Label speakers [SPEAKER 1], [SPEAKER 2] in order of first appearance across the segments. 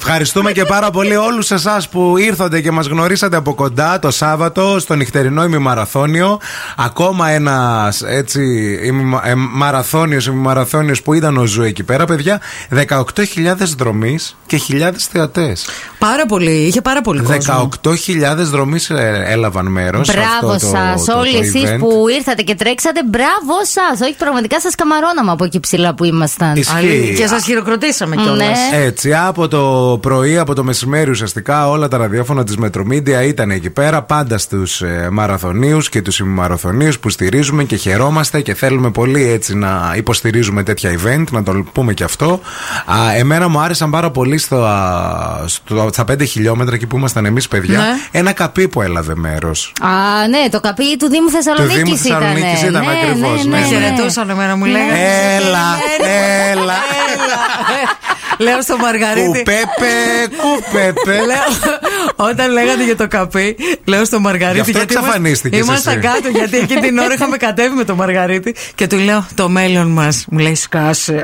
[SPEAKER 1] Ευχαριστούμε και πάρα πολύ όλους εσάς που ήρθατε και μας γνωρίσατε από κοντά το Σάββατο στο νυχτερινό ημιμαραθώνιο. Ακόμα ένας έτσι ημιμα, ε, μαραθώνιος, ημιμαραθώνιος που ήταν ο Ζου εκεί πέρα, παιδιά. 18.000 δρομής και χιλιάδες θεατές.
[SPEAKER 2] Πάρα πολύ, είχε πάρα πολύ κόσμο.
[SPEAKER 1] 18.000 δρομή έλαβαν μέρος.
[SPEAKER 3] Μπράβο σα, όλοι εσείς που ήρθατε και τρέξατε, μπράβο σας. Όχι, πραγματικά σας καμαρώναμε από εκεί ψηλά που ήμασταν.
[SPEAKER 1] Ισχύει.
[SPEAKER 2] Αλήθεια. Και σας χειροκροτήσαμε κιόλα.
[SPEAKER 3] Ναι.
[SPEAKER 1] Έτσι, από το πρωί, από το μεσημέρι ουσιαστικά όλα τα ραδιόφωνα της Μετρομίντια ήταν εκεί πέρα, πάντα στους ε, μαραθωνίους και τους ημιμαραθωνίους που στηρίζουμε και χαιρόμαστε και θέλουμε πολύ έτσι να υποστηρίζουμε τέτοια event, να το πούμε και αυτό. Α, εμένα μου άρεσαν πάρα πολύ στο, α, στο, στα 5 χιλιόμετρα εκεί που ήμασταν εμείς, παιδιά,
[SPEAKER 2] Ναι.
[SPEAKER 1] ένα καπί που έλαβε μέρος.
[SPEAKER 3] Α, ναι, το καπί του Δήμου Θεσσαλονίκης
[SPEAKER 1] Δήμου Θεσσαλονίκης ήταν ακριβώς,
[SPEAKER 2] Με
[SPEAKER 1] ναι.
[SPEAKER 2] χαιρετούσαν εμένα, μου
[SPEAKER 3] Ναι.
[SPEAKER 2] λέγανε. Ναι,
[SPEAKER 1] Έλα, έλα.
[SPEAKER 2] Λέω στο Μαργαρίτη.
[SPEAKER 1] Κουπέπε, κουπέπε.
[SPEAKER 2] Λέω, όταν λέγατε για το καπί, λέω στο
[SPEAKER 1] Γι'
[SPEAKER 2] Μαργαρίτη.
[SPEAKER 1] αυτό
[SPEAKER 2] είμαστε-
[SPEAKER 1] εξαφανίστηκες
[SPEAKER 2] Ήμασταν
[SPEAKER 1] εσύ.
[SPEAKER 2] κάτω, γιατί εκείνη την ώρα είχαμε κατέβει με το Μαργαρίτη και του λέω το μέλλον μας. Μου λέει σκάσε.
[SPEAKER 3] Ναι.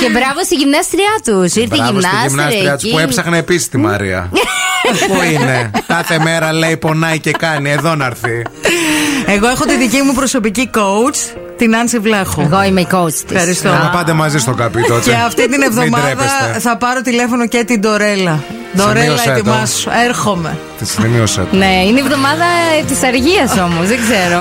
[SPEAKER 3] Και μπράβο στη γυμνάστριά τους. Ήρθε η
[SPEAKER 1] Μπράβο στη
[SPEAKER 3] γυμνάστρια.
[SPEAKER 1] γυμνάστρια της
[SPEAKER 3] εκεί.
[SPEAKER 1] που έψαχνε επίσης τη Μαρία. Πού είναι. Κάθε μέρα λέει πονάει και κάνει. Εδώ να έρθει.
[SPEAKER 2] Εγώ έχω τη δική μου προσωπική coach, την Άνση Βλάχου.
[SPEAKER 3] Εγώ είμαι η coach τη.
[SPEAKER 2] Ευχαριστώ.
[SPEAKER 1] Να πάτε μαζί στο καπί τότε.
[SPEAKER 2] Και αυτή την
[SPEAKER 1] Μην
[SPEAKER 2] εβδομάδα
[SPEAKER 1] τρέπεστε.
[SPEAKER 2] θα πάρω τηλέφωνο και την Ντορέλα. Ντορέλα,
[SPEAKER 1] Σημείωσα εδώ.
[SPEAKER 2] ετοιμάσου. Έρχομαι.
[SPEAKER 1] Τη σημείωσα.
[SPEAKER 3] ε, Ναι, είναι η εβδομάδα της αργίας όμως, δεν ξέρω.